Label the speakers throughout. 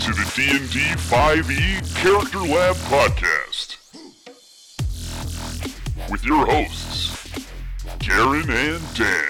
Speaker 1: D&D 5e E Character Lab Podcast. With your hosts, Garen and Dan.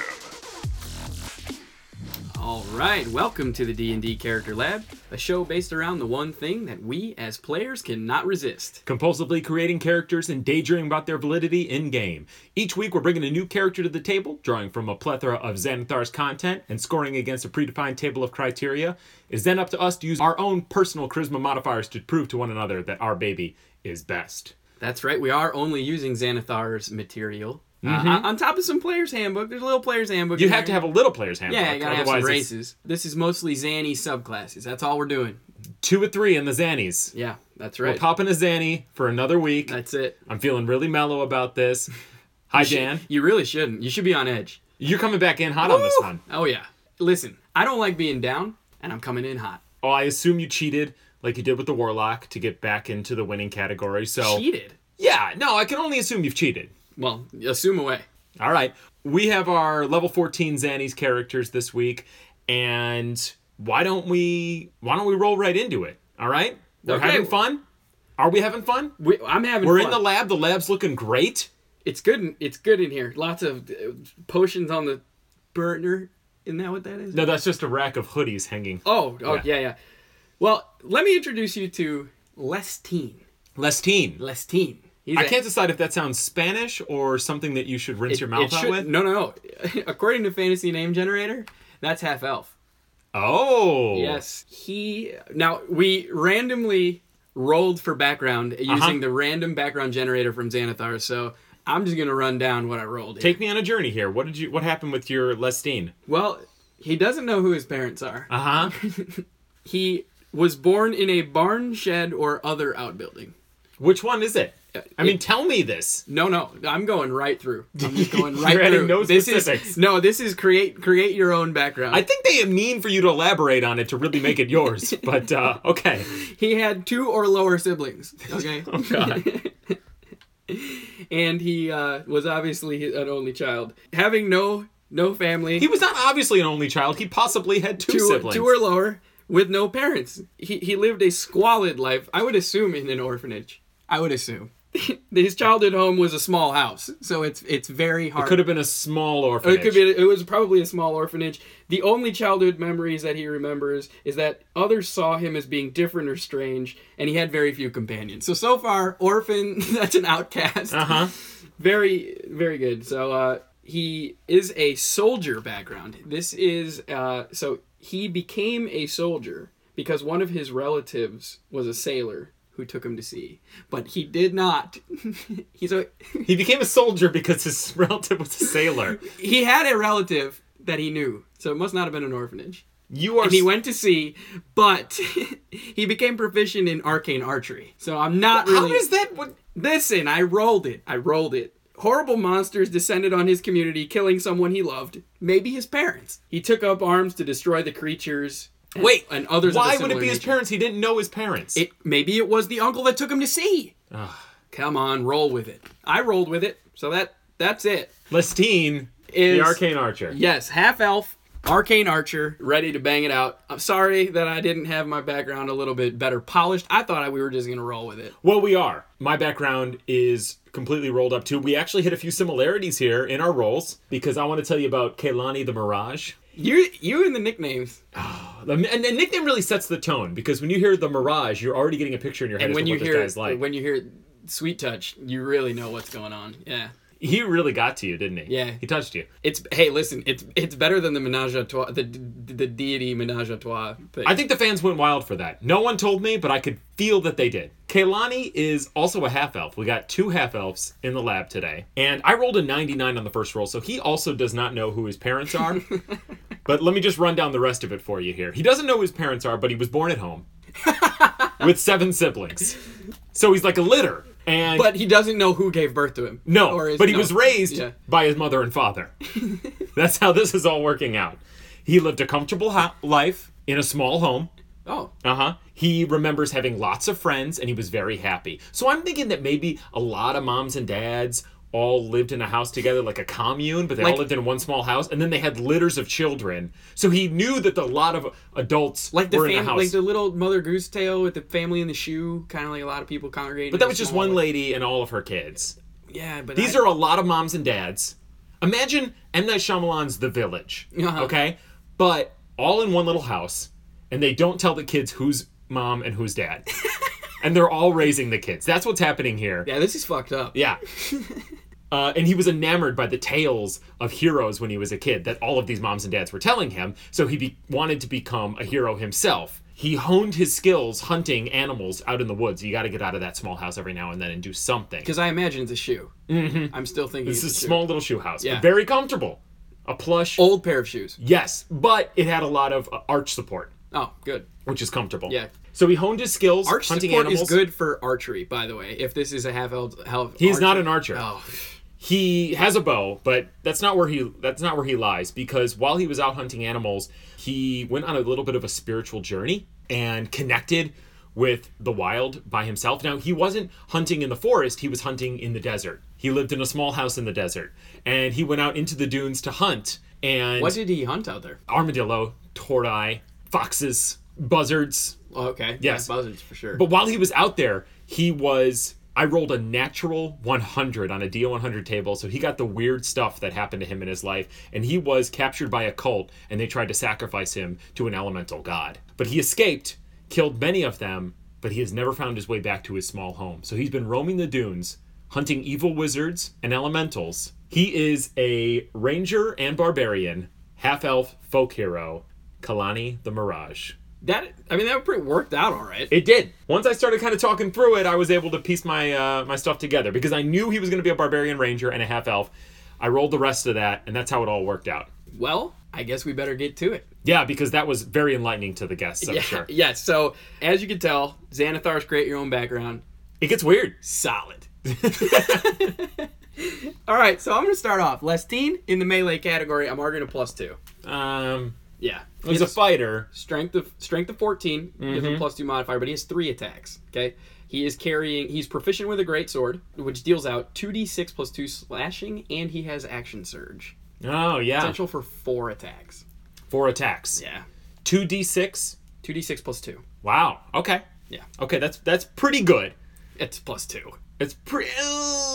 Speaker 2: All right, welcome to the D&D Character Lab, a show based around the one thing that we as players cannot resist.
Speaker 3: compulsively creating characters and daydreaming about their validity in game. Each week, we're bringing a new character to the table, drawing from a plethora of Xanathar's content and scoring against a predefined table of criteria. It's then up to us to use our own personal charisma modifiers to prove to one another that our baby is best.
Speaker 2: That's right, we are only using Xanathar's material. Uh, on- on top of some player's handbook, there's a little player's handbook.
Speaker 3: Mm-hmm. You
Speaker 2: in
Speaker 3: have to
Speaker 2: there.
Speaker 3: have a little player's handbook.
Speaker 2: Yeah, you gotta have some
Speaker 3: otherwise it's
Speaker 2: races. This is mostly Xanny subclasses. That's all we're doing.
Speaker 3: Two or three in the Xannies.
Speaker 2: Yeah, that's
Speaker 3: We're
Speaker 2: right.
Speaker 3: popping a Xanny for another week.
Speaker 2: that's it.
Speaker 3: I'm feeling really mellow about this. Hi, Dan.
Speaker 2: You really shouldn't. You should be on edge.
Speaker 3: You're coming back in hot on this
Speaker 2: Woo!
Speaker 3: one.
Speaker 2: Oh yeah. Listen, I don't like being down, and I'm coming in hot.
Speaker 3: Oh, I assume you cheated like you did with the warlock to get back into the winning category. So
Speaker 2: Cheated.
Speaker 3: yeah, no, I can only assume you've cheated.
Speaker 2: Well, assume away.
Speaker 3: All right, we have our level fourteen Zanny's characters this week, and why don't we why don't we roll right into it? All right, we're
Speaker 2: Okay.
Speaker 3: having fun. Are we having fun?
Speaker 2: We, I'm having
Speaker 3: We're
Speaker 2: fun.
Speaker 3: in the lab. The lab's looking great.
Speaker 2: It's good. In, it's good in here. Lots of uh, potions on the burner. Isn't that what that is?
Speaker 3: No, that's just a rack of hoodies hanging.
Speaker 2: Oh, oh yeah.
Speaker 3: Yeah.
Speaker 2: yeah, Well, let me introduce you to Lestine.
Speaker 3: Lestine.
Speaker 2: Lestine. He's
Speaker 3: I
Speaker 2: a-
Speaker 3: can't decide if that sounds Spanish or something that you should rinse your
Speaker 2: it
Speaker 3: mouth out
Speaker 2: should-
Speaker 3: with.
Speaker 2: No, no, no. According to Fantasy Name Generator, that's half elf.
Speaker 3: Oh,
Speaker 2: Yes. He. Now we randomly rolled for background
Speaker 3: Uh-huh.
Speaker 2: using the random background generator from Xanathar. So I'm just gonna run down what I rolled. Here.
Speaker 3: Take me on a journey here. What did you? What happened with your Lestine?
Speaker 2: Well, he doesn't know who his parents are.
Speaker 3: Uh huh.
Speaker 2: He was born in a barn shed or other outbuilding.
Speaker 3: Which one is it? I mean, tell me this.
Speaker 2: No, no, I'm going right through. I'm just going right
Speaker 3: You're adding
Speaker 2: through.
Speaker 3: no
Speaker 2: this is
Speaker 3: specifics.
Speaker 2: no, this is create create your own background.
Speaker 3: I think they mean for you to elaborate on it to really make it yours. but uh, okay,
Speaker 2: he had two or lower siblings. Okay.
Speaker 3: oh god,
Speaker 2: and he uh, was obviously an only child, having no no family.
Speaker 3: he was not obviously an only child. He possibly had two, siblings.
Speaker 2: two or lower with no parents. He he lived a squalid life. I would assume in an orphanage. I would assume. His childhood home was a small house, so it's it's very hard.
Speaker 3: could have been a small orphanage.
Speaker 2: It could be. It was probably a small orphanage. The only childhood memories that he remembers is that others saw him as being different or strange, and he had very few companions. So so far, orphan. That's an outcast.
Speaker 3: Uh huh.
Speaker 2: Very very good. So uh, he is a soldier background. This is uh, so he became a soldier because one of his relatives was a sailor who took him to sea, but he did not. He's a
Speaker 3: He became a soldier because his relative was a sailor.
Speaker 2: he had a relative that he knew, so it must not have been an orphanage.
Speaker 3: You are.
Speaker 2: And he went to sea, but he became proficient in arcane archery. So I'm not
Speaker 3: How
Speaker 2: really.
Speaker 3: is that? What?
Speaker 2: Listen, I rolled it. I rolled it. Horrible monsters descended on his community, killing someone he loved, maybe his parents. He took up arms to destroy the creatures. and-
Speaker 3: Wait.
Speaker 2: and others. of a
Speaker 3: Why would it
Speaker 2: similar
Speaker 3: be his
Speaker 2: nature.
Speaker 3: parents? He didn't know his parents.
Speaker 2: It maybe it was the uncle that took him to sea.
Speaker 3: Ugh.
Speaker 2: Come on, roll with it. I rolled with it, so that that's it.
Speaker 3: Lestine,
Speaker 2: Is-
Speaker 3: the arcane archer.
Speaker 2: Yes, half elf, arcane archer, ready to bang it out. I'm sorry that I didn't have my background a little bit better polished. I thought I, we were just gonna roll with it.
Speaker 3: Well, we are. My background is completely rolled up too. We actually hit a few similarities here in our roles because I want to tell you about Kaylani the Mirage. Um,
Speaker 2: You you and the nicknames,
Speaker 3: And the nickname really sets the tone because when you hear the Mirage, you're already getting a picture in your head
Speaker 2: and
Speaker 3: of
Speaker 2: when
Speaker 3: what
Speaker 2: you
Speaker 3: this
Speaker 2: hear
Speaker 3: guy's like.
Speaker 2: when you hear sweet touch, you really know what's going on. Yeah,
Speaker 3: he really got to you, didn't he?
Speaker 2: Yeah.
Speaker 3: He touched you.
Speaker 2: it's hey listen, it's it's better than the menage a trois, the the deity menage a trois thing.
Speaker 3: I think the fans went wild for that. No one told me, but I could feel that they did. Kaylani is also a half elf. We got two half elves in the lab today. And I rolled a 99 on the first roll, so he also does not know who his parents are. but let me just run down the rest of it for you here. He doesn't know who his parents are, but he was born at home with seven siblings. So he's like a litter. And
Speaker 2: but he doesn't know who gave birth to him.
Speaker 3: no,
Speaker 2: Or is-
Speaker 3: but he
Speaker 2: no.
Speaker 3: was raised
Speaker 2: Yeah.
Speaker 3: by his mother and father. That's how this is all working out. He lived a comfortable ho- life in a small home.
Speaker 2: Oh,
Speaker 3: Uh huh. He remembers having lots of friends and he was very happy. So I'm thinking that maybe a lot of moms and dads all lived in a house together, like a commune, but they all
Speaker 2: Like-
Speaker 3: lived in one small house, and then they had litters of children. So he knew that a lot of adults
Speaker 2: like the
Speaker 3: were in
Speaker 2: fam-
Speaker 3: the house.
Speaker 2: like the little Mother Goose tale with the family in the shoe, kind of like a lot of people congregating.
Speaker 3: but
Speaker 2: in
Speaker 3: that
Speaker 2: a
Speaker 3: was just
Speaker 2: small-
Speaker 3: one lady and all of her kids.
Speaker 2: Yeah, but
Speaker 3: These are a lot of moms and dads. Imagine M. Night Shyamalan's The Village,
Speaker 2: Uh-huh.
Speaker 3: okay? But all in one little house, and they don't tell the kids who's mom and who's dad. and they're all raising the kids. That's what's happening here.
Speaker 2: yeah, this is fucked up.
Speaker 3: Yeah. Uh, and he was enamored by the tales of heroes when he was a kid that all of these moms and dads were telling him, so he be- wanted to become a hero himself. He honed his skills hunting animals out in the woods. You got to get out of that small house every now and then and do something.
Speaker 2: Because I imagine it's a shoe. Mm-hmm. I'm still thinking
Speaker 3: This
Speaker 2: it's
Speaker 3: is
Speaker 2: a
Speaker 3: a
Speaker 2: shoe.
Speaker 3: small little shoe house,
Speaker 2: Yeah. Oh.
Speaker 3: but very comfortable. A plush.
Speaker 2: old pair of shoes.
Speaker 3: Yes, but it had a lot of uh, arch support,
Speaker 2: Oh, good.
Speaker 3: which is comfortable.
Speaker 2: Yeah.
Speaker 3: So he honed his skills
Speaker 2: Arch
Speaker 3: hunting
Speaker 2: support
Speaker 3: animals.
Speaker 2: is good for archery, by the way. If this is a half elf, half
Speaker 3: He's not an archer.
Speaker 2: Oh,
Speaker 3: he has a bow, but that's not where he that's not where he lies because while he was out hunting animals, he went on a little bit of a spiritual journey and connected with the wild by himself. Now, he wasn't hunting in the forest, he was hunting in the desert. He lived in a small house in the desert and he went out into the dunes to hunt and
Speaker 2: what did he hunt out there?
Speaker 3: armadillo, tortoise, foxes, buzzards.
Speaker 2: Oh, okay.
Speaker 3: Yes.
Speaker 2: yeah, buzzards for sure.
Speaker 3: But while he was out there, he was. I rolled a natural 100 on a D100 table, so he got the weird stuff that happened to him in his life, and he was captured by a cult, and they tried to sacrifice him to an elemental god. But he escaped, killed many of them, but he has never found his way back to his small home. So he's been roaming the dunes, hunting evil wizards and elementals. He is a ranger and barbarian, half elf folk hero, Kalani the Mirage.
Speaker 2: that I mean that pretty worked out all right.
Speaker 3: It did. Once I started kind of talking through it, I was able to piece my uh, my stuff together because I knew he was going to be a barbarian ranger and a half elf. I rolled the rest of that, and that's how it all worked out.
Speaker 2: well, I guess we better get to it.
Speaker 3: Yeah, because that was very enlightening to the guests. I'm
Speaker 2: yeah,
Speaker 3: sure
Speaker 2: yeah. So as you can tell, Xanathar's create your own background.
Speaker 3: it gets weird.
Speaker 2: solid. All right, so I'm going to start off. Lestine in the melee category, I'm arguing a plus two.
Speaker 3: Um,
Speaker 2: Yeah,
Speaker 3: he's
Speaker 2: he's
Speaker 3: a fighter.
Speaker 2: strength of strength of 14 gives him plus two modifier, but he has three attacks. Okay, he is carrying. He's proficient with a great sword, which deals out two d6 plus two slashing, and he has action surge
Speaker 3: Oh yeah,
Speaker 2: potential for four attacks.
Speaker 3: four attacks.
Speaker 2: Yeah,
Speaker 3: Two d six.
Speaker 2: two d6 plus two.
Speaker 3: Wow. Okay.
Speaker 2: Yeah.
Speaker 3: Okay, that's that's pretty good.
Speaker 2: It's plus two.
Speaker 3: It's pretty.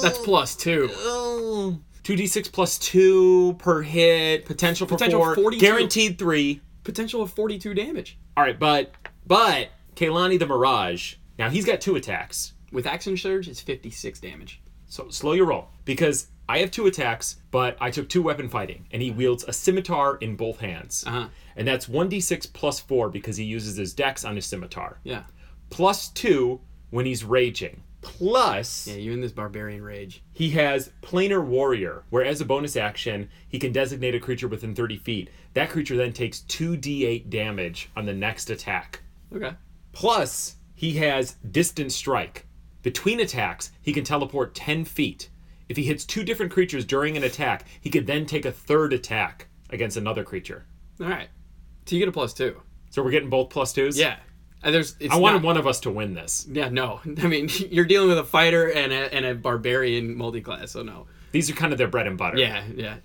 Speaker 2: That's plus two.
Speaker 3: Two d six plus two per hit. Potential for
Speaker 2: Potential
Speaker 3: four.
Speaker 2: 42.
Speaker 3: Guaranteed three.
Speaker 2: Potential of 42 damage
Speaker 3: All right, but but Kalani the Mirage. Now he's got two attacks.
Speaker 2: with action surge. It's 56 damage.
Speaker 3: So slow your roll because I have two attacks, but I took two weapon fighting, and he wields a scimitar in both hands,
Speaker 2: Uh huh.
Speaker 3: and that's one d6 plus four because he uses his dex on his scimitar.
Speaker 2: Yeah.
Speaker 3: Plus two when he's raging. Plus
Speaker 2: Yeah, you in this barbarian rage.
Speaker 3: he has planar warrior, where as a bonus action he can designate a creature within 30 feet. That creature then takes two d8 damage on the next attack.
Speaker 2: Okay.
Speaker 3: Plus, he has distant strike. Between attacks, he can teleport 10 feet. If he hits two different creatures during an attack, he could then take a third attack against another creature.
Speaker 2: All right. So you get a plus two.
Speaker 3: So we're getting both plus twos?
Speaker 2: Yeah. And there's. It's
Speaker 3: I wanted
Speaker 2: not-
Speaker 3: one of us to win this.
Speaker 2: Yeah, no. I mean, you're dealing with a fighter and a, and a barbarian multi-class, so no.
Speaker 3: These are kind of their bread and butter.
Speaker 2: Yeah, yeah.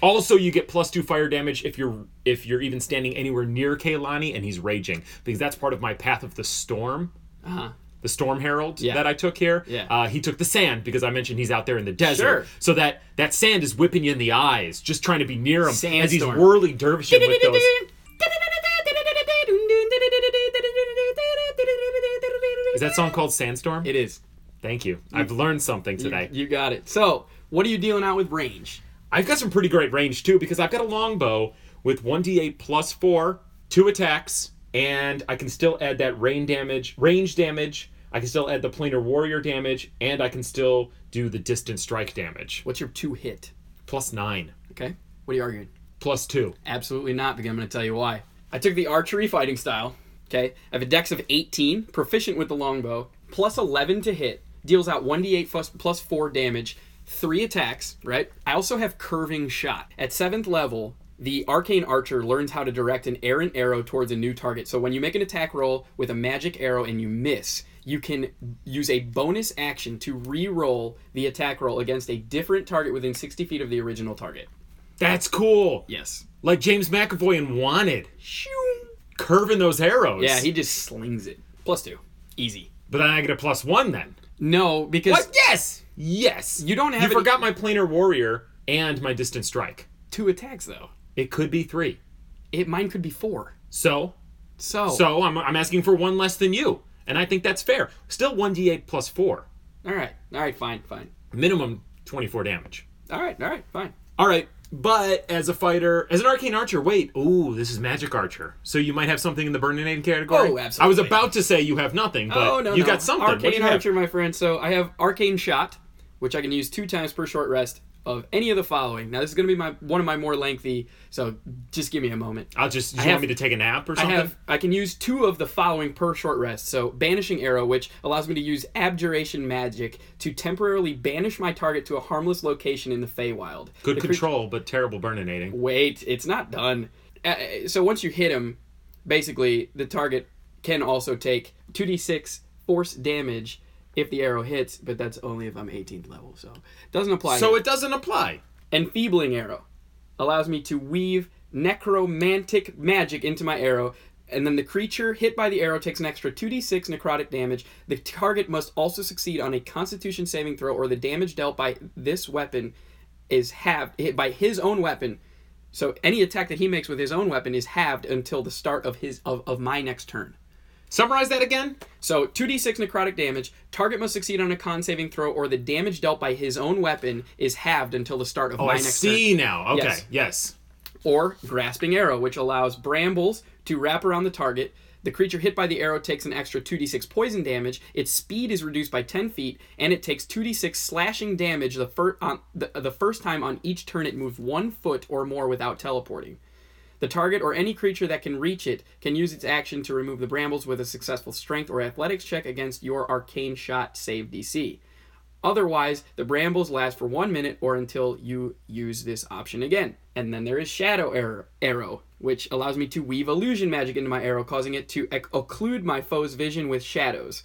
Speaker 3: Also, you get plus two fire damage if you're if you're even standing anywhere near Kaylani and he's raging, because that's part of my Path of the Storm.
Speaker 2: Uh-huh.
Speaker 3: the Storm Herald
Speaker 2: Yeah.
Speaker 3: that I took here.
Speaker 2: Yeah.
Speaker 3: Uh, he took the sand because I mentioned he's out there in the desert.
Speaker 2: Sure.
Speaker 3: So that that sand is whipping you in the eyes, just trying to be near him as he's
Speaker 2: Sandstorm.
Speaker 3: whirling dervishing with those. Is that song called Sandstorm?
Speaker 2: It is.
Speaker 3: Thank you. I've learned something today.
Speaker 2: You got it. So, what are you dealing out with range?
Speaker 3: I've got some pretty great range too because I've got a longbow with 1d8 plus 4, two attacks, and I can still add that rain damage, range damage. I can still add the planar warrior damage, and I can still do the distant strike damage.
Speaker 2: What's your two hit?
Speaker 3: Plus 9,
Speaker 2: Okay. What are you arguing?
Speaker 3: plus 2.
Speaker 2: Absolutely not, because I'm going to tell you why. I took the archery fighting style. Okay. I have a dex of 18, proficient with the longbow, plus 11 to hit, deals out 1d8 plus, plus 4 damage, 3 attacks, right? I also have curving shot. At 7th level, the arcane archer learns how to direct an errant arrow towards a new target. So when you make an attack roll with a magic arrow and you miss, you can use a bonus action to re-roll the attack roll against a different target within 60 feet of the original target.
Speaker 3: That's cool.
Speaker 2: Yes.
Speaker 3: Like James McAvoy in Wanted. Curving those arrows.
Speaker 2: Yeah, he just slings it. Plus two. Easy.
Speaker 3: But then I get a plus one then.
Speaker 2: No, because
Speaker 3: What? Yes. Yes.
Speaker 2: you don't have
Speaker 3: You
Speaker 2: any-
Speaker 3: forgot my planar warrior and my distant strike.
Speaker 2: two attacks though.
Speaker 3: It could be three.
Speaker 2: It mine could be four.
Speaker 3: So,
Speaker 2: So,
Speaker 3: so I'm, I'm asking for one less than you, and I think that's fair. Still one d8 plus four,
Speaker 2: all right, all right, fine, fine.
Speaker 3: minimum 24 damage.
Speaker 2: All right, all right, fine.
Speaker 3: All right, but as a fighter, as an arcane archer, wait. Ooh, this is magic archer. So you might have something in the burninating category.
Speaker 2: Oh, absolutely.
Speaker 3: I was about to say you have nothing, but
Speaker 2: oh no,
Speaker 3: you
Speaker 2: no.
Speaker 3: got something. What do
Speaker 2: Arcane
Speaker 3: you have?
Speaker 2: archer, my friend. So I have arcane shot, which I can use two times per short rest of any of the following. Now this is gonna be my one of my more lengthy. So just give me a moment.
Speaker 3: I'll just. You
Speaker 2: I
Speaker 3: want
Speaker 2: have-
Speaker 3: me to take a nap or
Speaker 2: I
Speaker 3: something?
Speaker 2: have I can use two of the following per short rest. So banishing arrow, which allows me to use abjuration magic to temporarily banish my target to a harmless location in the Feywild.
Speaker 3: Good
Speaker 2: The creature-
Speaker 3: control, but terrible burninating.
Speaker 2: Wait, it's not done. Uh, uh, So once you hit him, basically the target can also take 2d6 force damage if the arrow hits, but that's only if I'm 18th level, so doesn't apply.
Speaker 3: So
Speaker 2: here.
Speaker 3: it doesn't apply.
Speaker 2: Enfeebling arrow allows me to weave necromantic magic into my arrow, and then the creature hit by the arrow takes an extra 2d6 necrotic damage. The target must also succeed on a constitution saving throw, or the damage dealt by this weapon is halved hit by his own weapon. So any attack that he makes with his own weapon is halved until the start of his of, of my next turn.
Speaker 3: Summarize that again.
Speaker 2: So 2d6 necrotic damage. Target must succeed on a con saving throw, or the damage dealt by his own weapon is halved until the start of
Speaker 3: Oh,
Speaker 2: my
Speaker 3: I
Speaker 2: next
Speaker 3: see now. Okay.
Speaker 2: Yes.
Speaker 3: yes.
Speaker 2: turn. Or grasping arrow, which allows brambles to wrap around the target. The creature hit by the arrow takes an extra 2d6 poison damage. Its speed is reduced by 10 feet, and it takes 2d6 slashing damage the, fir- on, the, the first time on each turn it moved one foot or more without teleporting. The target or any creature that can reach it can use its action to remove the brambles with a successful strength or athletics check against your arcane shot save DC. Otherwise, the brambles last for one minute or until you use this option again. And then there is Shadow Arrow, arrow which allows me to weave illusion magic into my arrow, causing it to ec- occlude my foe's vision with shadows.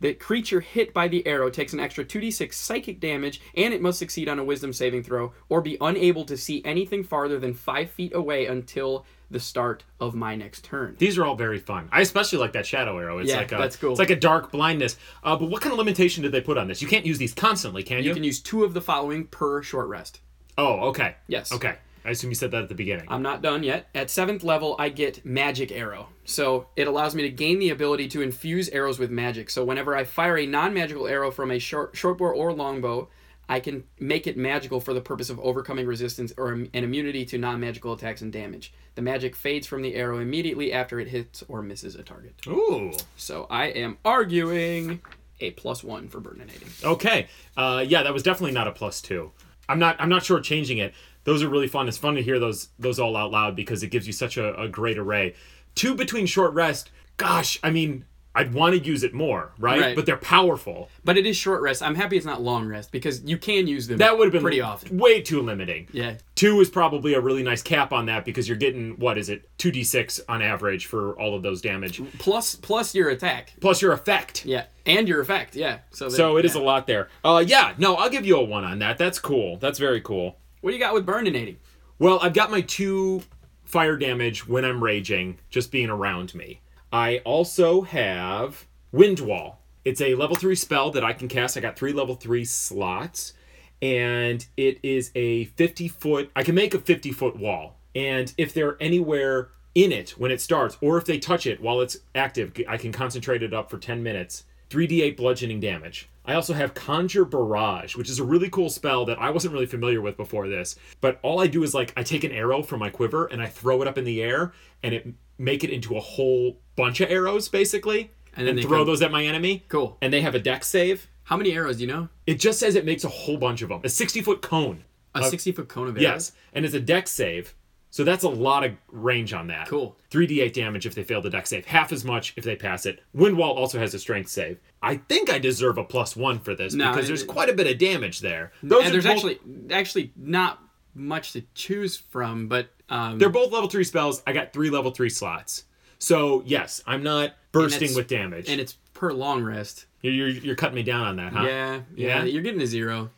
Speaker 2: The creature hit by the arrow takes an extra 2d6 psychic damage, and it must succeed on a wisdom saving throw or be unable to see anything farther than 5 feet away until the start of my next turn.
Speaker 3: These are all very fun. I especially like that shadow arrow. It's
Speaker 2: Yeah,
Speaker 3: like a,
Speaker 2: that's cool.
Speaker 3: It's like a dark blindness. Uh, but what kind of limitation did they put on this? You can't use these constantly, can you?
Speaker 2: You can use two of the following per short rest.
Speaker 3: Oh, okay.
Speaker 2: Yes. Uh,
Speaker 3: Okay. I assume you said that at the beginning.
Speaker 2: I'm not done yet. At seventh level, I get Magic Arrow. So it allows me to gain the ability to infuse arrows with magic. So whenever I fire a non magical arrow from a short, short bow or longbow, I can make it magical for the purpose of overcoming resistance or im- an immunity to non magical attacks and damage. The magic fades from the arrow immediately after it hits or misses a target.
Speaker 3: Ooh.
Speaker 2: So I am arguing a plus one for burninating.
Speaker 3: Okay. Uh, yeah, that was definitely not a plus two. I'm not. I'm not sure changing it. Those are really fun. It's fun to hear those those all out loud because it gives you such a, a great array. Two between short rest. Gosh, I mean, I'd want to use it more, right?
Speaker 2: Right.
Speaker 3: But they're powerful.
Speaker 2: But it is short rest. I'm happy it's not long rest because you can use them
Speaker 3: That would have been
Speaker 2: pretty often.
Speaker 3: Way too limiting.
Speaker 2: Yeah.
Speaker 3: Two is probably a really nice cap on that because you're getting what is it, two d six on average for all of those damage,
Speaker 2: Plus plus your attack.
Speaker 3: plus your effect.
Speaker 2: Yeah, and your effect. Yeah. So,
Speaker 3: So it is
Speaker 2: yeah.
Speaker 3: a lot there. Uh, yeah, no, I'll give you a one on that. That's cool. That's very cool.
Speaker 2: What do you got with burninating?
Speaker 3: Well, I've got my two fire damage when I'm raging, just being around me. I also have Wind Wall. It's a level three spell that I can cast. I got three level three slots, and it is a 50 foot. I can make a 50 foot wall, and if they're anywhere in it when it starts, or if they touch it while it's active, I can concentrate it up for 10 minutes. 3d8 bludgeoning damage. I also have Conjure Barrage, which is a really cool spell that I wasn't really familiar with before this. But all I do is like I take an arrow from my quiver and I throw it up in the air and it make it into a whole bunch of arrows basically
Speaker 2: And
Speaker 3: and,
Speaker 2: then they
Speaker 3: throw
Speaker 2: come-
Speaker 3: those at my enemy.
Speaker 2: Cool.
Speaker 3: And they have a deck save.
Speaker 2: How many arrows do you know?
Speaker 3: It just says it makes a whole bunch of them. A 60 foot cone.
Speaker 2: A sixty foot cone of arrows.
Speaker 3: Uh, Yes, and it's a deck save. So that's a lot of range on that.
Speaker 2: Cool.
Speaker 3: 3d8 damage if they fail the deck save, half as much if they pass it. Windwall also has a strength save. I think I deserve a plus one for this
Speaker 2: No,
Speaker 3: because
Speaker 2: it-
Speaker 3: there's quite a bit of damage there. Those
Speaker 2: and
Speaker 3: are
Speaker 2: there's
Speaker 3: both-
Speaker 2: actually actually not much to choose from, but um,
Speaker 3: they're both level three spells. I got three level three slots. So yes, I'm not bursting
Speaker 2: it's-
Speaker 3: with damage.
Speaker 2: and it's per long rest.
Speaker 3: You're, you're, you're cutting me down on that, huh?
Speaker 2: Yeah, yeah,
Speaker 3: Yeah?
Speaker 2: You're getting a zero.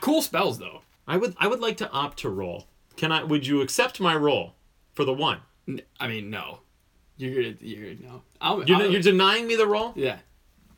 Speaker 2: Cool spells though.
Speaker 3: I would I would like to opt to roll. Can I? Would you accept my roll for the one?
Speaker 2: N- I mean, no. You're gonna. You're gonna no. I'll,
Speaker 3: You're,
Speaker 2: I'll-
Speaker 3: you're denying me the roll.
Speaker 2: Uh, yeah.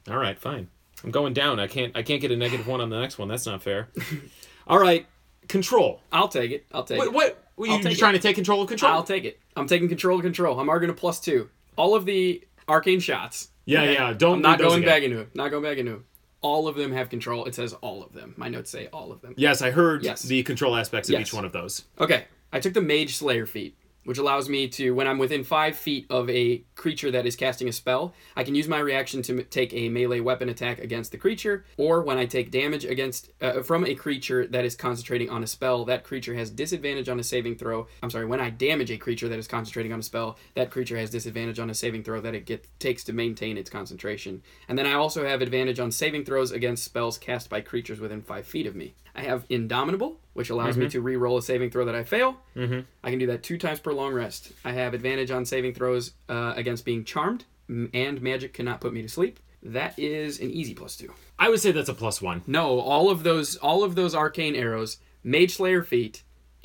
Speaker 3: All right, fine. I'm going down. I can't I can't get a negative one on the next one. That's not fair. All right, control.
Speaker 2: I'll take it. I'll take
Speaker 3: Wait,
Speaker 2: it.
Speaker 3: what? Were you
Speaker 2: I'll take
Speaker 3: you trying to take control of control?
Speaker 2: I'll take it. I'm taking control of control. I'm arguing a plus two. All of the arcane shots.
Speaker 3: yeah, yeah. Don't
Speaker 2: I'm
Speaker 3: do
Speaker 2: not
Speaker 3: those
Speaker 2: going
Speaker 3: again.
Speaker 2: back into him. Not going back into him. All of them have control. It says all of them. My notes say all of them.
Speaker 3: Yes, I heard
Speaker 2: Yes.
Speaker 3: the control aspects of
Speaker 2: Yes.
Speaker 3: each one of those.
Speaker 2: Okay. I took the Mage Slayer feat, which allows me to, when I'm within five feet of a creature that is casting a spell, I can use my reaction to m- take a melee weapon attack against the creature, or when I take damage against uh, from a creature that is concentrating on a spell, that creature has disadvantage on a saving throw. I'm sorry, when I damage a creature that is concentrating on a spell, that creature has disadvantage on a saving throw that it get, takes to maintain its concentration. And then I also have advantage on saving throws against spells cast by creatures within five feet of me. I have Indomitable, which allows
Speaker 3: Mm-hmm.
Speaker 2: me to re-roll a saving throw that I fail. Mm-hmm. I can do that two times per long rest. I have advantage on saving throws uh, against being charmed, m- and magic cannot put me to sleep. That is an easy plus two.
Speaker 3: I would say that's a plus one.
Speaker 2: No, all of those, all of those arcane arrows, Mage Slayer feat,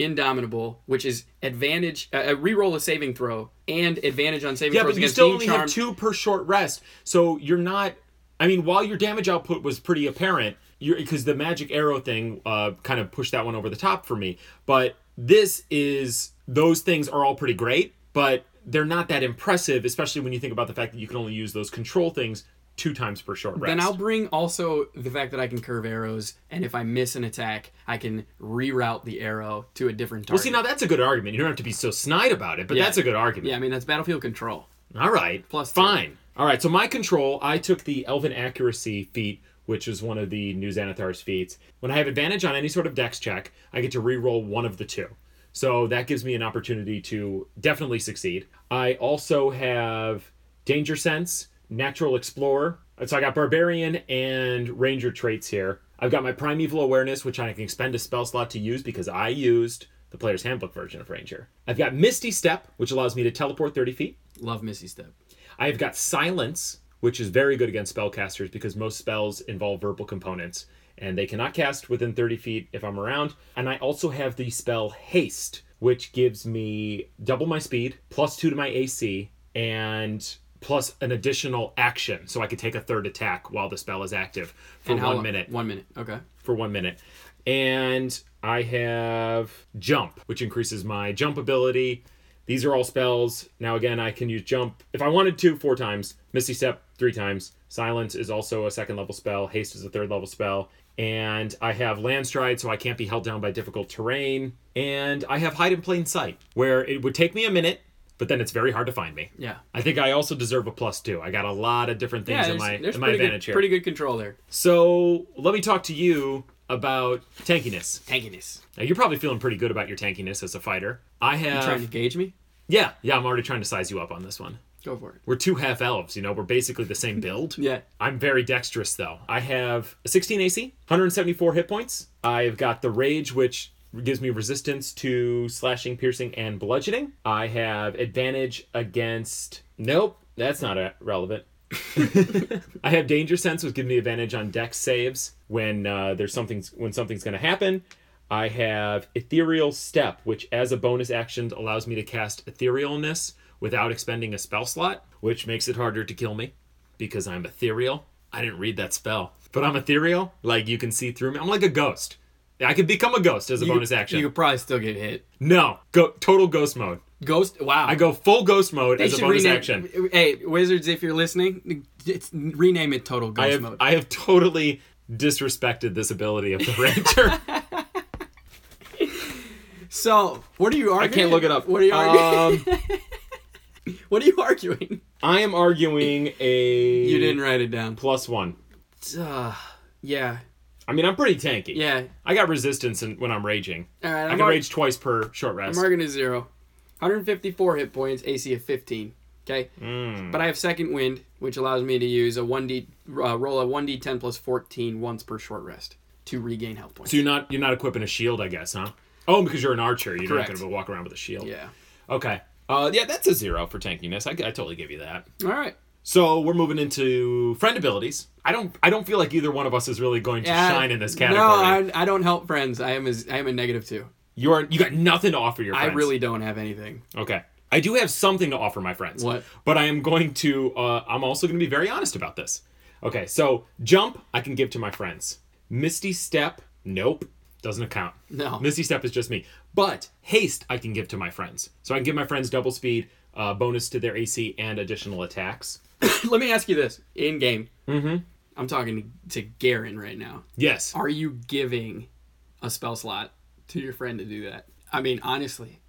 Speaker 2: Indomitable, which is advantage, uh, uh, re-roll a saving throw, and advantage on saving
Speaker 3: Yeah,
Speaker 2: throws
Speaker 3: but you
Speaker 2: against
Speaker 3: still
Speaker 2: being
Speaker 3: only
Speaker 2: charmed.
Speaker 3: have two per short rest, so you're not. I mean, while your damage output was pretty apparent, because the magic arrow thing uh, kind of pushed that one over the top for me. But this is those things are all pretty great, but they're not that impressive, especially when you think about the fact that you can only use those control things two times per short rest.
Speaker 2: Then I'll bring also the fact that I can curve arrows, and if I miss an attack, I can reroute the arrow to a different target.
Speaker 3: see now that's a good argument. You don't have to be so snide about it, but that's a good argument.
Speaker 2: yeah, I mean that's battlefield control.
Speaker 3: All right.
Speaker 2: Plus two.
Speaker 3: fine. All right. So my control, I took the Elven Accuracy feat, which is one of the new Xanathar's feats. When I have advantage on any sort of dex check, I get to re-roll one of the two. So that gives me an opportunity to definitely succeed. I also have Danger Sense, Natural Explorer. So I got Barbarian and Ranger traits here. I've got my Primeval Awareness, which I can expend a spell slot to use because I used the player's handbook version of Ranger. I've got Misty Step, which allows me to teleport 30 feet.
Speaker 2: Love Missy Step.
Speaker 3: I've got silence, which is very good against spellcasters because most spells involve verbal components and they cannot cast within 30 feet if I'm around. And I also have the spell haste, which gives me double my speed, plus two to my AC, and plus an additional action. So I could take a third attack while the spell is active for
Speaker 2: And how
Speaker 3: one
Speaker 2: long-
Speaker 3: minute
Speaker 2: One minute. Okay.
Speaker 3: for one minute. And I have jump, which increases my jump ability. These are all spells. Now, again, I can use jump if I wanted to four times, Misty Step three times. Silence is also a second level spell, Haste is a third level spell. And I have Land Stride, so I can't be held down by difficult terrain. And I have Hide in Plain Sight, where it would take me a minute, but then it's very hard to find me.
Speaker 2: Yeah.
Speaker 3: I think I also deserve a plus two. I got a lot of different things
Speaker 2: Yeah,
Speaker 3: in
Speaker 2: there's,
Speaker 3: my,
Speaker 2: there's
Speaker 3: in my
Speaker 2: pretty,
Speaker 3: advantage
Speaker 2: good,
Speaker 3: here.
Speaker 2: pretty good control there.
Speaker 3: So let me talk to you about tankiness.
Speaker 2: Tankiness.
Speaker 3: Now, you're probably feeling pretty good about your tankiness as a fighter. I have.
Speaker 2: Trying to gauge me?
Speaker 3: yeah, yeah, I'm already trying to size you up on this one.
Speaker 2: Go for it.
Speaker 3: We're two half elves, you know, we're basically the same build.
Speaker 2: Yeah.
Speaker 3: I'm very dexterous, though. I have a 16 AC, 174 hit points. I've got the Rage, which gives me resistance to slashing, piercing, and bludgeoning. I have advantage against. Nope, that's not uh, relevant. I have danger sense, which gives me advantage on dex saves when uh, there's something's when something's going to happen. I have ethereal step, which as a bonus action allows me to cast etherealness without expending a spell slot, which makes it harder to kill me because I'm ethereal. I didn't read that spell, but I'm ethereal. Like you can see through me. I'm like a ghost. I could become a ghost as a bonus action.
Speaker 2: You could probably still get hit.
Speaker 3: no, go total ghost mode.
Speaker 2: Ghost. Wow.
Speaker 3: I go full ghost mode
Speaker 2: They
Speaker 3: as a
Speaker 2: should
Speaker 3: bonus
Speaker 2: rename-
Speaker 3: action.
Speaker 2: Hey, wizards, if you're listening, it's, rename it Total Ghost
Speaker 3: I have,
Speaker 2: Mode.
Speaker 3: I have totally disrespected this ability of the ranger.
Speaker 2: so, what are you arguing? What are you arguing?
Speaker 3: Um,
Speaker 2: what are you arguing?
Speaker 3: I am arguing a
Speaker 2: You didn't write it down.
Speaker 3: plus one.
Speaker 2: Uh, yeah.
Speaker 3: I mean, I'm pretty tanky.
Speaker 2: Yeah.
Speaker 3: I got resistance in, when I'm raging.
Speaker 2: All right.
Speaker 3: I
Speaker 2: I'm
Speaker 3: can
Speaker 2: ar-
Speaker 3: rage twice per short rest.
Speaker 2: I'm arguing a zero. 154 hit points, AC of 15. Okay.
Speaker 3: Hmm.
Speaker 2: But I have second wind, which allows me to use a 1d uh, roll a 1d10 plus 14 once per short rest to regain health points.
Speaker 3: so you're not you're not equipping a shield, I guess, huh? Oh, because you're an archer, you're
Speaker 2: Correct.
Speaker 3: not going to walk around with a shield.
Speaker 2: yeah.
Speaker 3: Okay. Uh, yeah, that's a zero for tankiness. I, I totally give you that.
Speaker 2: All right.
Speaker 3: So we're moving into friend abilities. I don't I don't feel like either one of us is really going to
Speaker 2: Yeah,
Speaker 3: shine in this
Speaker 2: No,
Speaker 3: category.
Speaker 2: I, I don't help friends. I am as I am a negative two.
Speaker 3: you are you got nothing to offer your
Speaker 2: I
Speaker 3: friends.
Speaker 2: really don't have anything.
Speaker 3: Okay. I do have something to offer my friends.
Speaker 2: What?
Speaker 3: But I am going to, uh, I'm also going to be very honest about this. Okay, so jump, I can give to my friends. Misty Step, nope, doesn't account.
Speaker 2: No.
Speaker 3: Misty Step is just me. But haste, I can give to my friends. So I can give my friends double speed, uh, bonus to their AC, and additional attacks.
Speaker 2: Let me ask you this in game. Mm-hmm. I'm talking to Garen right now.
Speaker 3: Yes.
Speaker 2: Are you giving a spell slot to your friend to do that? I mean, honestly,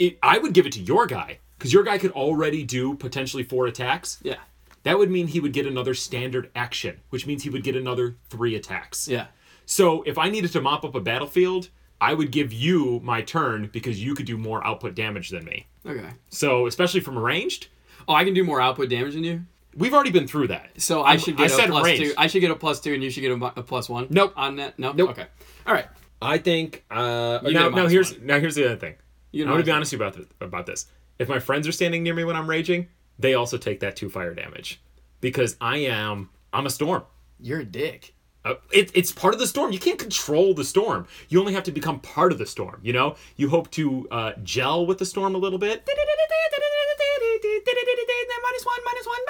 Speaker 3: It, I would give it to your guy, because your guy could already do potentially four attacks.
Speaker 2: yeah,
Speaker 3: That would mean he would get another standard action, which means he would get another three attacks.
Speaker 2: yeah.
Speaker 3: So if I needed to mop up a battlefield, I would give you my turn because you could do more output damage than me.
Speaker 2: Okay.
Speaker 3: So especially from ranged,
Speaker 2: Oh, I can do more output damage than you.
Speaker 3: we've already been through that.
Speaker 2: So I should
Speaker 3: I
Speaker 2: get a
Speaker 3: said
Speaker 2: plus
Speaker 3: range.
Speaker 2: two. I should get a plus two, and you should get a, mi- a plus one.
Speaker 3: Nope.
Speaker 2: On that, nope.
Speaker 3: Nope.
Speaker 2: Okay. All right.
Speaker 3: I think uh,
Speaker 2: get
Speaker 3: now,
Speaker 2: a
Speaker 3: now
Speaker 2: minus
Speaker 3: here's now here's the other thing.
Speaker 2: You
Speaker 3: I'm
Speaker 2: get a
Speaker 3: going to be
Speaker 2: minus
Speaker 3: honest with you about this, about this. If my friends are standing near me when I'm raging, they also take that two fire damage because I am I'm a storm.
Speaker 2: You're a dick.
Speaker 3: Uh, it, it's part of the storm. You can't control the storm. You only have to become part of the storm. You know, you hope to uh, gel with the storm a little bit.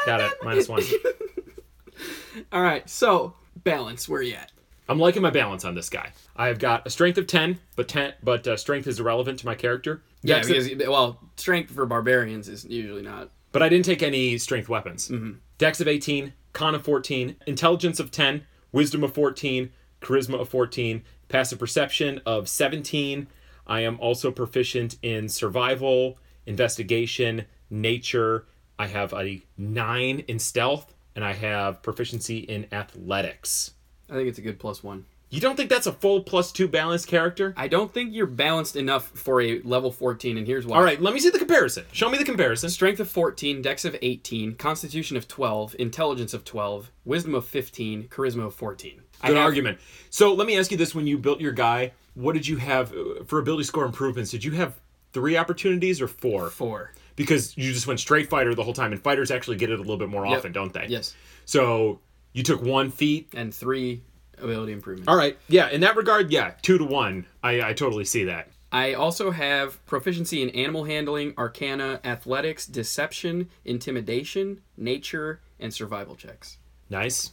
Speaker 3: Got it. Minus one.
Speaker 2: All right. So balance. Where you at?
Speaker 3: I'm liking my balance on this guy. I've got a strength of ten, but ten, but uh, strength is irrelevant to my character.
Speaker 2: Yeah.
Speaker 3: Dex-
Speaker 2: because well, strength for barbarians is usually not.
Speaker 3: but I didn't take any strength weapons.
Speaker 2: Mm-hmm.
Speaker 3: Dex of 18, con of 14, intelligence of 10, wisdom of 14, charisma of 14, passive perception of 17. I am also proficient in survival, investigation, nature. I have a 9 in stealth, and I have proficiency in athletics.
Speaker 2: I think it's a good plus one.
Speaker 3: You don't think that's a full plus 2 balanced character?
Speaker 2: I don't think you're balanced enough for a level 14, and here's why.
Speaker 3: All right, let me see the comparison. Show me the comparison.
Speaker 2: Strength of 14, Dex of 18, Constitution of 12, Intelligence of 12, Wisdom of 15, Charisma of 14. I
Speaker 3: Good
Speaker 2: have-
Speaker 3: argument. So let me ask you this: When you built your guy, what did you have uh, for ability score improvements? Did you have three opportunities or four?
Speaker 2: Four.
Speaker 3: Because you just went straight fighter the whole time, and fighters actually get it a little bit more often, don't they?
Speaker 2: Yes.
Speaker 3: So you took one feat.
Speaker 2: And three ability improvements.
Speaker 3: All right. Yeah. In that regard, yeah, two to one. I, I totally see that.
Speaker 2: I also have proficiency in animal handling, arcana, athletics, deception, intimidation, nature, and survival checks.
Speaker 3: Nice.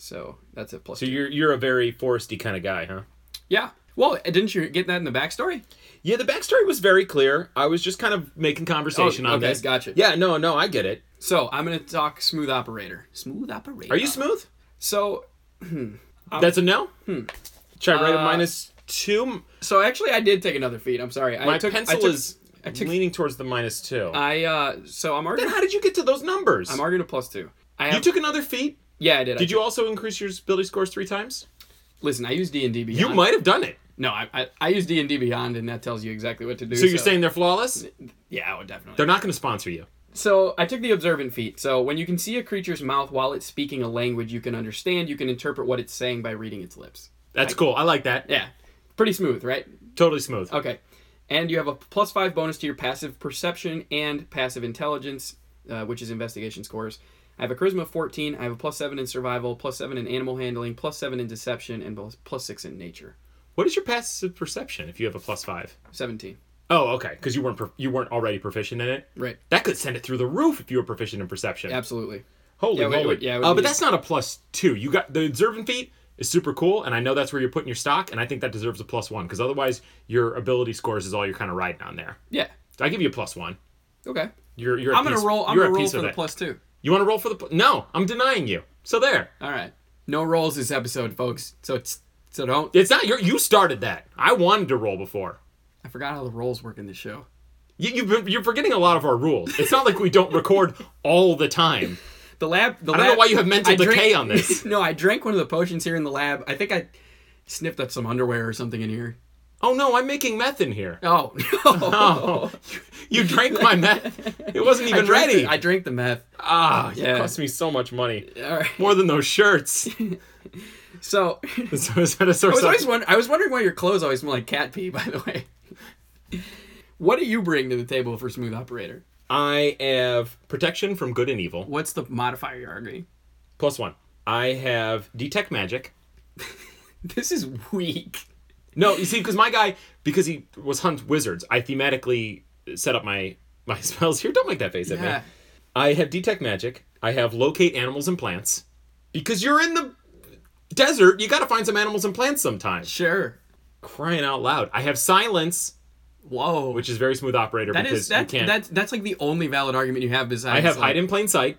Speaker 2: So that's a plus.
Speaker 3: So
Speaker 2: two.
Speaker 3: you're you're a very foresty kind of guy, huh?
Speaker 2: yeah. Well, didn't you get that in the backstory?
Speaker 3: Yeah, the backstory was very clear. I was just kind of making conversation
Speaker 2: Oh,
Speaker 3: on
Speaker 2: okay,
Speaker 3: this.
Speaker 2: gotcha.
Speaker 3: Yeah, no, no, I get it.
Speaker 2: So I'm gonna talk smooth operator. Smooth operator.
Speaker 3: Are you smooth?
Speaker 2: So
Speaker 3: That's a no. Hmm. Should I write
Speaker 2: Uh,
Speaker 3: a minus two?
Speaker 2: so actually, I did take another feat. I'm sorry.
Speaker 3: My
Speaker 2: I took,
Speaker 3: pencil
Speaker 2: I took,
Speaker 3: is
Speaker 2: I took-
Speaker 3: leaning towards the minus two.
Speaker 2: I uh. So I'm
Speaker 3: then
Speaker 2: arguing.
Speaker 3: how did you get to those numbers?
Speaker 2: I'm arguing a plus two. I have,
Speaker 3: you took another feat.
Speaker 2: yeah, I did. I
Speaker 3: Did you also increase your ability scores three times?
Speaker 2: listen? I use D and D Beyond.
Speaker 3: You might have done it.
Speaker 2: No, I I, I use D and D Beyond, and that tells you exactly what to do.
Speaker 3: So you're saying they're flawless?
Speaker 2: yeah, I would definitely.
Speaker 3: They're not going to sponsor you.
Speaker 2: So I took the observant feat. So when you can see a creature's mouth while it's speaking a language you can understand, you can interpret what it's saying by reading its lips.
Speaker 3: That's cool. I like that.
Speaker 2: Yeah, pretty smooth, right?
Speaker 3: Totally smooth.
Speaker 2: Okay, and you have a plus five bonus to your passive perception and passive intelligence, uh, which is investigation scores. I have a charisma of 14. I have a plus seven in survival, plus seven in animal handling, plus seven in deception, and plus- plus six in nature.
Speaker 3: What is your passive perception if you have a plus five?
Speaker 2: 17.
Speaker 3: Oh, okay. Because you weren't pro- you weren't already proficient in it.
Speaker 2: Right.
Speaker 3: That could send it through the roof if you were proficient in perception.
Speaker 2: Absolutely.
Speaker 3: Holy
Speaker 2: Yeah, it would-
Speaker 3: moly!
Speaker 2: would- yeah, it would
Speaker 3: uh, but
Speaker 2: be-
Speaker 3: that's not a plus two. You got the observant feat is super cool, and I know that's where you're putting your stock, and I think that deserves a plus one because otherwise your ability scores is all you're kind of riding on there.
Speaker 2: Yeah.
Speaker 3: So I give you a plus one.
Speaker 2: Okay.
Speaker 3: You're you're.
Speaker 2: I'm
Speaker 3: a
Speaker 2: gonna
Speaker 3: piece,
Speaker 2: roll. I'm
Speaker 3: you're
Speaker 2: gonna
Speaker 3: a
Speaker 2: roll
Speaker 3: piece
Speaker 2: for
Speaker 3: of
Speaker 2: the
Speaker 3: it.
Speaker 2: plus two.
Speaker 3: You want to roll for the pl- no? I'm denying you. So there.
Speaker 2: All right. No rolls this episode, folks. So it's, so don't.
Speaker 3: It's not your. You started that. I wanted to roll before.
Speaker 2: I forgot how the rolls work in this show.
Speaker 3: You, you've been, you're forgetting a lot of our rules. It's not like we don't record all the time.
Speaker 2: The lab. The
Speaker 3: I don't know why you have mental decay on this.
Speaker 2: no, I drank one of the potions here in the lab. I think I sniffed up some underwear or something in here.
Speaker 3: Oh no, I'm making meth in here.
Speaker 2: Oh no!
Speaker 3: Oh, you, you drank my meth. It wasn't even
Speaker 2: drank
Speaker 3: ready.
Speaker 2: The, I drank the meth.
Speaker 3: Ah, you
Speaker 2: Yeah.
Speaker 3: cost me so much money.
Speaker 2: All right.
Speaker 3: More than those shirts.
Speaker 2: So I
Speaker 3: so is that a source
Speaker 2: was
Speaker 3: of-
Speaker 2: always wonder, I was wondering why your clothes always smell like cat pee. By the way, what do you bring to the table for smooth operator?
Speaker 3: I have protection from good and evil,
Speaker 2: What's the modifier you're arguing?
Speaker 3: plus one. I have detect magic.
Speaker 2: This is weak.
Speaker 3: No, you see, because my guy, because he was hunt wizards, I thematically set up my my spells here. Don't make that face at
Speaker 2: Yeah.
Speaker 3: me. I have detect magic. I have locate animals and plants. Because you're in the desert, you got to find some animals and plants sometimes.
Speaker 2: Sure.
Speaker 3: Crying out loud. I have silence,
Speaker 2: Whoa.
Speaker 3: which is very smooth operator
Speaker 2: that
Speaker 3: because
Speaker 2: is that,
Speaker 3: you can't.
Speaker 2: that's that's like the only valid argument you have besides
Speaker 3: I have
Speaker 2: like,
Speaker 3: hide in plain sight,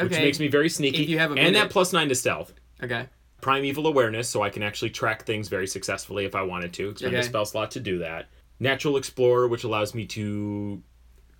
Speaker 3: which
Speaker 2: okay,
Speaker 3: makes me very sneaky.
Speaker 2: If you have a
Speaker 3: and that
Speaker 2: minute.
Speaker 3: plus nine to stealth.
Speaker 2: Okay.
Speaker 3: primeval awareness so I can actually track things very successfully if I wanted to. Expend a
Speaker 2: Okay.
Speaker 3: spell slot to do that. Natural explorer, which allows me to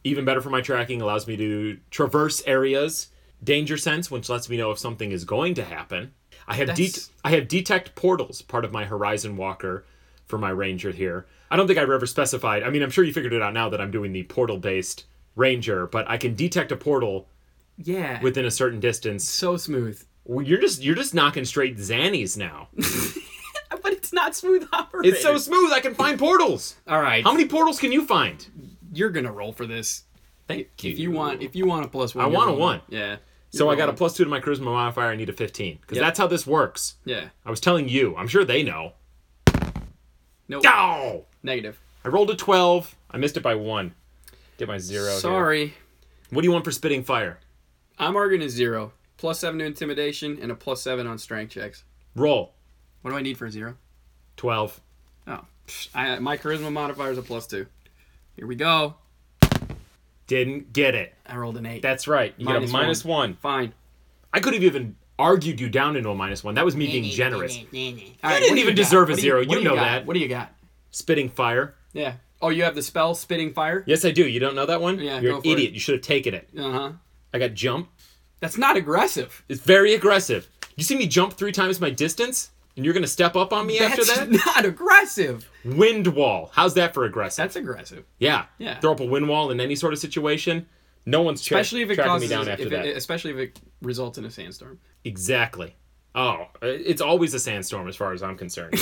Speaker 3: even better for my tracking, allows me to traverse areas. Danger sense, which lets me know if something is going to happen. I have det-
Speaker 2: That's-
Speaker 3: I have detect portals, part of my horizon walker for my ranger here. I don't think I've ever specified. I mean, I'm sure you figured it out now that I'm doing the portal based ranger, but I can detect a portal
Speaker 2: Yeah.
Speaker 3: within a certain distance.
Speaker 2: so smooth.
Speaker 3: Well, you're just you're just knocking straight Zannies now.
Speaker 2: But it's not smooth operator.
Speaker 3: It's so smooth. I can find portals.
Speaker 2: All right.
Speaker 3: How many portals can you find?
Speaker 2: you're going to roll for this.
Speaker 3: Thank
Speaker 2: If you want if you want a plus 1.
Speaker 3: I
Speaker 2: you're
Speaker 3: want a
Speaker 2: rolling.
Speaker 3: one.
Speaker 2: Yeah.
Speaker 3: so
Speaker 2: You're
Speaker 3: I got a
Speaker 2: rolling.
Speaker 3: plus two to my charisma modifier. I need a fifteen because
Speaker 2: Yep.
Speaker 3: that's how this works.
Speaker 2: Yeah.
Speaker 3: I was telling you. I'm sure they know.
Speaker 2: No.
Speaker 3: Ow!
Speaker 2: Negative.
Speaker 3: I rolled a twelve. I missed it by one. Get my zero. here.
Speaker 2: Sorry.
Speaker 3: What do you want for spitting fire?
Speaker 2: I'm arguing a 0. Plus 7 to intimidation and a plus 7 on strength checks.
Speaker 3: Roll
Speaker 2: What do I need for a 0?
Speaker 3: twelve.
Speaker 2: Oh. psh, I, my charisma modifier is a plus 2. Here we go.
Speaker 3: Didn't get it.
Speaker 2: I rolled an 8.
Speaker 3: That's right. You
Speaker 2: Minus
Speaker 3: got a minus one.
Speaker 2: Fine.
Speaker 3: I could have even argued you down into a minus one. That was me being generous.
Speaker 2: All
Speaker 3: didn't
Speaker 2: what do
Speaker 3: even
Speaker 2: got?
Speaker 3: deserve a
Speaker 2: What do
Speaker 3: zero.
Speaker 2: what
Speaker 3: You
Speaker 2: do
Speaker 3: know
Speaker 2: got?
Speaker 3: that.
Speaker 2: What do you got?
Speaker 3: Spitting fire.
Speaker 2: Yeah. Oh, you have the spell Spitting Fire?
Speaker 3: Yes, I do. You don't know that one?
Speaker 2: Yeah,
Speaker 3: You're
Speaker 2: go
Speaker 3: an
Speaker 2: for it.
Speaker 3: idiot. You should have taken it.
Speaker 2: Uh huh.
Speaker 3: I got jump.
Speaker 2: That's not aggressive.
Speaker 3: It's very aggressive. You see me jump three times my distance, and you're gonna step up on me
Speaker 2: That's
Speaker 3: after that?
Speaker 2: not aggressive.
Speaker 3: Wind wall. How's that for aggressive?
Speaker 2: That's aggressive.
Speaker 3: yeah.
Speaker 2: Yeah.
Speaker 3: Throw up a wind wall in any sort of situation. No one's tra-
Speaker 2: Especially if it
Speaker 3: tracking
Speaker 2: causes,
Speaker 3: me down after
Speaker 2: if
Speaker 3: that.
Speaker 2: It, especially if it results in a sandstorm.
Speaker 3: exactly. Oh, it's always a sandstorm as far as I'm concerned.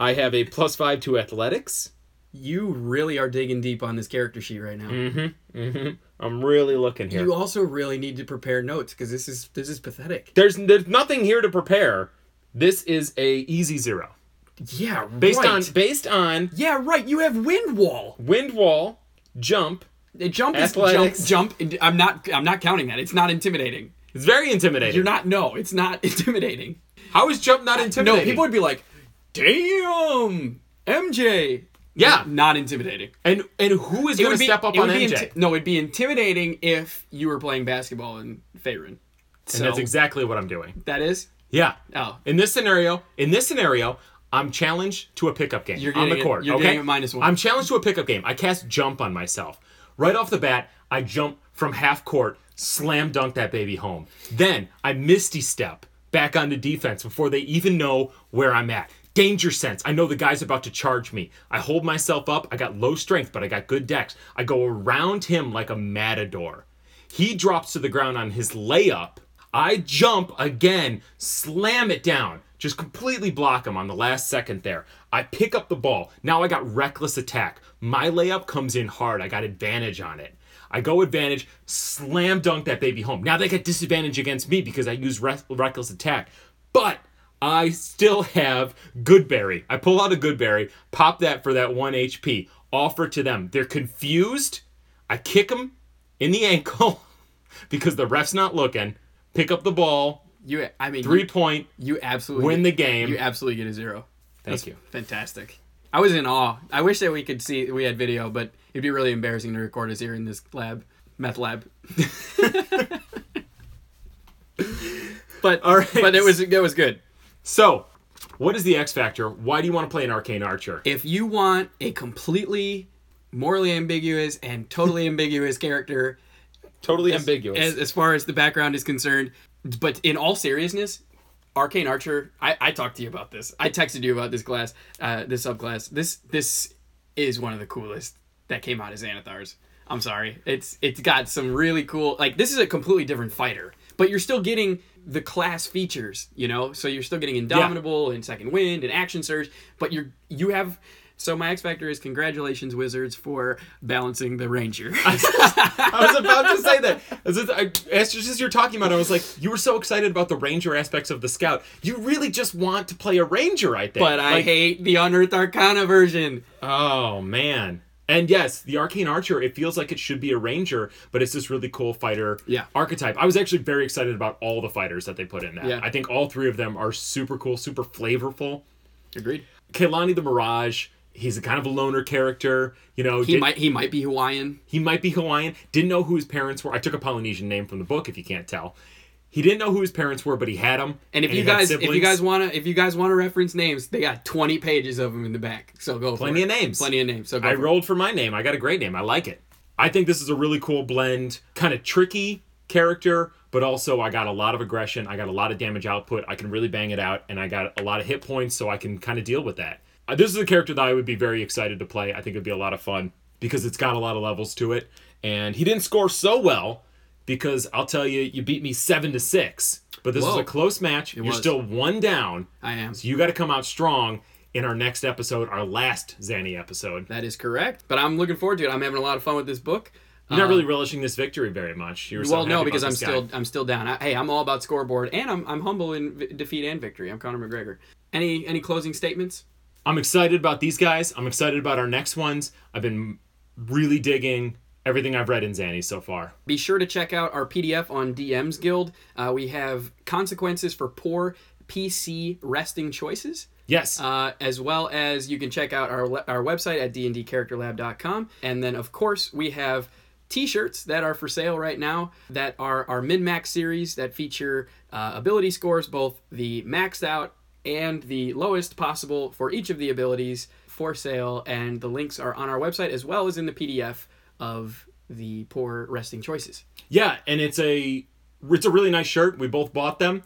Speaker 3: I have a plus five to athletics.
Speaker 2: You really are digging deep on this character sheet right now.
Speaker 3: Mm-hmm. I'm really looking here.
Speaker 2: You also really need to prepare notes because this is this is pathetic.
Speaker 3: there's there's nothing here to prepare. This is a easy zero.
Speaker 2: Yeah,
Speaker 3: Based on based on
Speaker 2: yeah, right. You have wind wall.
Speaker 3: wind wall, jump.
Speaker 2: Uh, Jump is
Speaker 3: Athletics.
Speaker 2: jump. Jump. and I'm not. I'm not counting that. It's not intimidating.
Speaker 3: It's very intimidating.
Speaker 2: You're not. No, it's not intimidating.
Speaker 3: How is jump not
Speaker 2: No,
Speaker 3: intimidating?
Speaker 2: people would be like, "Damn, MJ."
Speaker 3: Yeah.
Speaker 2: not intimidating.
Speaker 3: And and who is going to step up
Speaker 2: it
Speaker 3: on
Speaker 2: would be
Speaker 3: MJ?
Speaker 2: inti- no, it'd be intimidating if you were playing basketball in Faerun. So
Speaker 3: and that's exactly what I'm doing.
Speaker 2: that is.
Speaker 3: Yeah.
Speaker 2: Oh,
Speaker 3: In this scenario, in this scenario, I'm challenged to a pickup game
Speaker 2: You're
Speaker 3: on the
Speaker 2: getting it-
Speaker 3: court.
Speaker 2: you're
Speaker 3: okay?
Speaker 2: getting it minus one.
Speaker 3: I'm challenged to a pickup game. I cast jump on myself. Right off the bat, I jump from half court, slam dunk that baby home. Then I misty step back onto defense before they even know where I'm at. Danger sense. I know the guy's about to charge me. I hold myself up. I got low strength, but I got good dex. I go around him like a matador. He drops to the ground on his layup. I jump again, slam it down, just completely block him on the last second there. I pick up the ball. Now I got reckless attack. My layup comes in hard. I got advantage on it. I go advantage, slam dunk that baby home. Now they get disadvantage against me because I use rec- reckless attack. But I still have Goodberry. I pull out a Goodberry, pop that for that one HP, offer to them. They're confused. I kick them in the ankle because the ref's not looking. Pick up the ball,
Speaker 2: you. I mean,
Speaker 3: three point,
Speaker 2: you, you absolutely
Speaker 3: win the game.
Speaker 2: You absolutely get a zero.
Speaker 3: Thank you.
Speaker 2: Fantastic. I was in awe. I wish that we could see we had video, but it'd be really embarrassing to record us here in this lab, meth lab. but
Speaker 3: All right.
Speaker 2: but it was it was good.
Speaker 3: So, what is the X factor? Why do you want to play an arcane archer?
Speaker 2: If you want a completely morally ambiguous and totally ambiguous character
Speaker 3: Totally ambiguous.
Speaker 2: as, as far as the background is concerned, but in all seriousness, Arcane Archer, I, I talked to you about this. I texted you about this class, uh, this subclass. This this is one of the coolest that came out of Xanathar's. I'm sorry, it's it's got some really cool. Like this is a completely different fighter, but you're still getting the class features, you know. So you're still getting Indomitable and Second Wind and Action Surge, but you're you have So my X Factor is congratulations, Wizards, for balancing the Ranger.
Speaker 3: I was about to say that. As, if- I, as just as you're talking about, it, I was like, you were so excited about the ranger aspects of the scout. You really just want to play a ranger, I think.
Speaker 2: but I
Speaker 3: Like,
Speaker 2: hate the Unearthed Arcana version.
Speaker 3: Oh man. And yes, the Arcane Archer, it feels like it should be a Ranger, but it's this really cool fighter
Speaker 2: Yeah.
Speaker 3: archetype. I was actually very excited about all the fighters that they put in that.
Speaker 2: Yeah.
Speaker 3: I think all three of them are super cool, super flavorful.
Speaker 2: Agreed.
Speaker 3: Kehlani the Mirage, he's a kind of a loner character. You know,
Speaker 2: He
Speaker 3: did-
Speaker 2: might he might be Hawaiian.
Speaker 3: he might be Hawaiian. Didn't know who his parents were. I took a Polynesian name from the book, if you can't tell. He didn't know who his parents were, but he had them.
Speaker 2: And if you guys if you guys wanna if you guys wanna reference names, they got twenty pages of them in the back. So go
Speaker 3: plenty
Speaker 2: for
Speaker 3: of
Speaker 2: it.
Speaker 3: names,
Speaker 2: Plenty of names. So go
Speaker 3: I
Speaker 2: for it.
Speaker 3: rolled for my name. I got a great name. I like it. I think this is a really cool blend, kind of tricky character, but also I got a lot of aggression. I got a lot of damage output. I can really bang it out, and I got a lot of hit points, so I can kind of deal with that. Uh, This is a character that I would be very excited to play. I think it'd be a lot of fun because it's got a lot of levels to it. And he didn't score so well because I'll tell you, you beat me seven to six. But this was
Speaker 2: Whoa.
Speaker 3: a close match. You're
Speaker 2: was.
Speaker 3: still one down.
Speaker 2: I am.
Speaker 3: So you got to come out strong in our next episode, our last Zanny episode.
Speaker 2: That is correct. But I'm looking forward to it. I'm having a lot of fun with this book.
Speaker 3: You're not really relishing this victory very much. You're
Speaker 2: Um, Well, no, because I'm still I'm still down. I, hey, I'm all about scoreboard, and I'm I'm humble in v- defeat and victory. I'm Conor McGregor. Any any closing statements?
Speaker 3: I'm excited about these guys. I'm excited about our next ones. I've been really digging everything I've read in Zanny so far.
Speaker 2: Be sure to check out our PDF on DM's Guild. Uh, we have consequences for poor PC resting choices.
Speaker 3: Yes,
Speaker 2: uh, as well as you can check out our, le- our website at dndcharacterlab.com and then of course we have t-shirts that are for sale right now that are our min-max series that feature uh, ability scores both the maxed out and the lowest possible for each of the abilities for sale and the links are on our website as well as in the pdf of the poor resting choices
Speaker 3: yeah, and it's a it's a really nice shirt. We both bought them,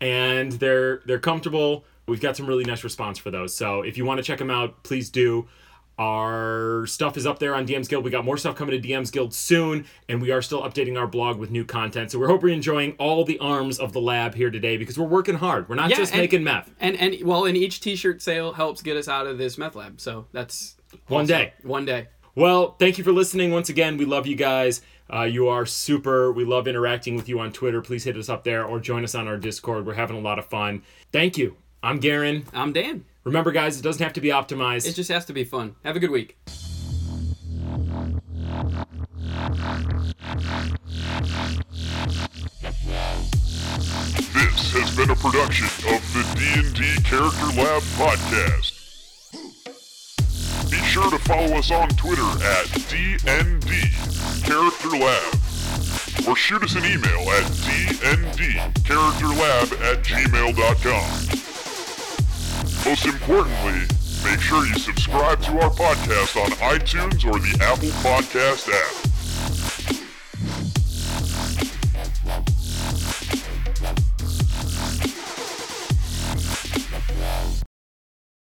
Speaker 3: and they're they're comfortable. We've got some really nice response for those. So if you want to check them out, please do. Our stuff is up there on DM's Guild. We got more stuff coming to DM's Guild soon, and we are still updating our blog with new content. So we hope you're enjoying all the arms of the lab here today because we're working hard. We're not
Speaker 2: Yeah,
Speaker 3: just
Speaker 2: and-
Speaker 3: making meth.
Speaker 2: and and well and each t-shirt sale helps get us out of this meth lab so that's
Speaker 3: One day.
Speaker 2: one day
Speaker 3: Well, thank you for listening once again. We love you guys. Uh, you are super. We love interacting with you on Twitter. Please hit us up there or join us on our Discord. We're having a lot of fun. Thank you. I'm Garen.
Speaker 2: i'm dan
Speaker 3: Remember, guys, it doesn't have to be optimized.
Speaker 2: It just has to be fun. Have a good week.
Speaker 1: This has been a production of the D&D Character Lab podcast. Be sure to follow us on Twitter at DND Character Lab or shoot us an email at dndcharacterlab at gmail.com. Most importantly, make sure you subscribe to our podcast on iTunes or the Apple Podcast app.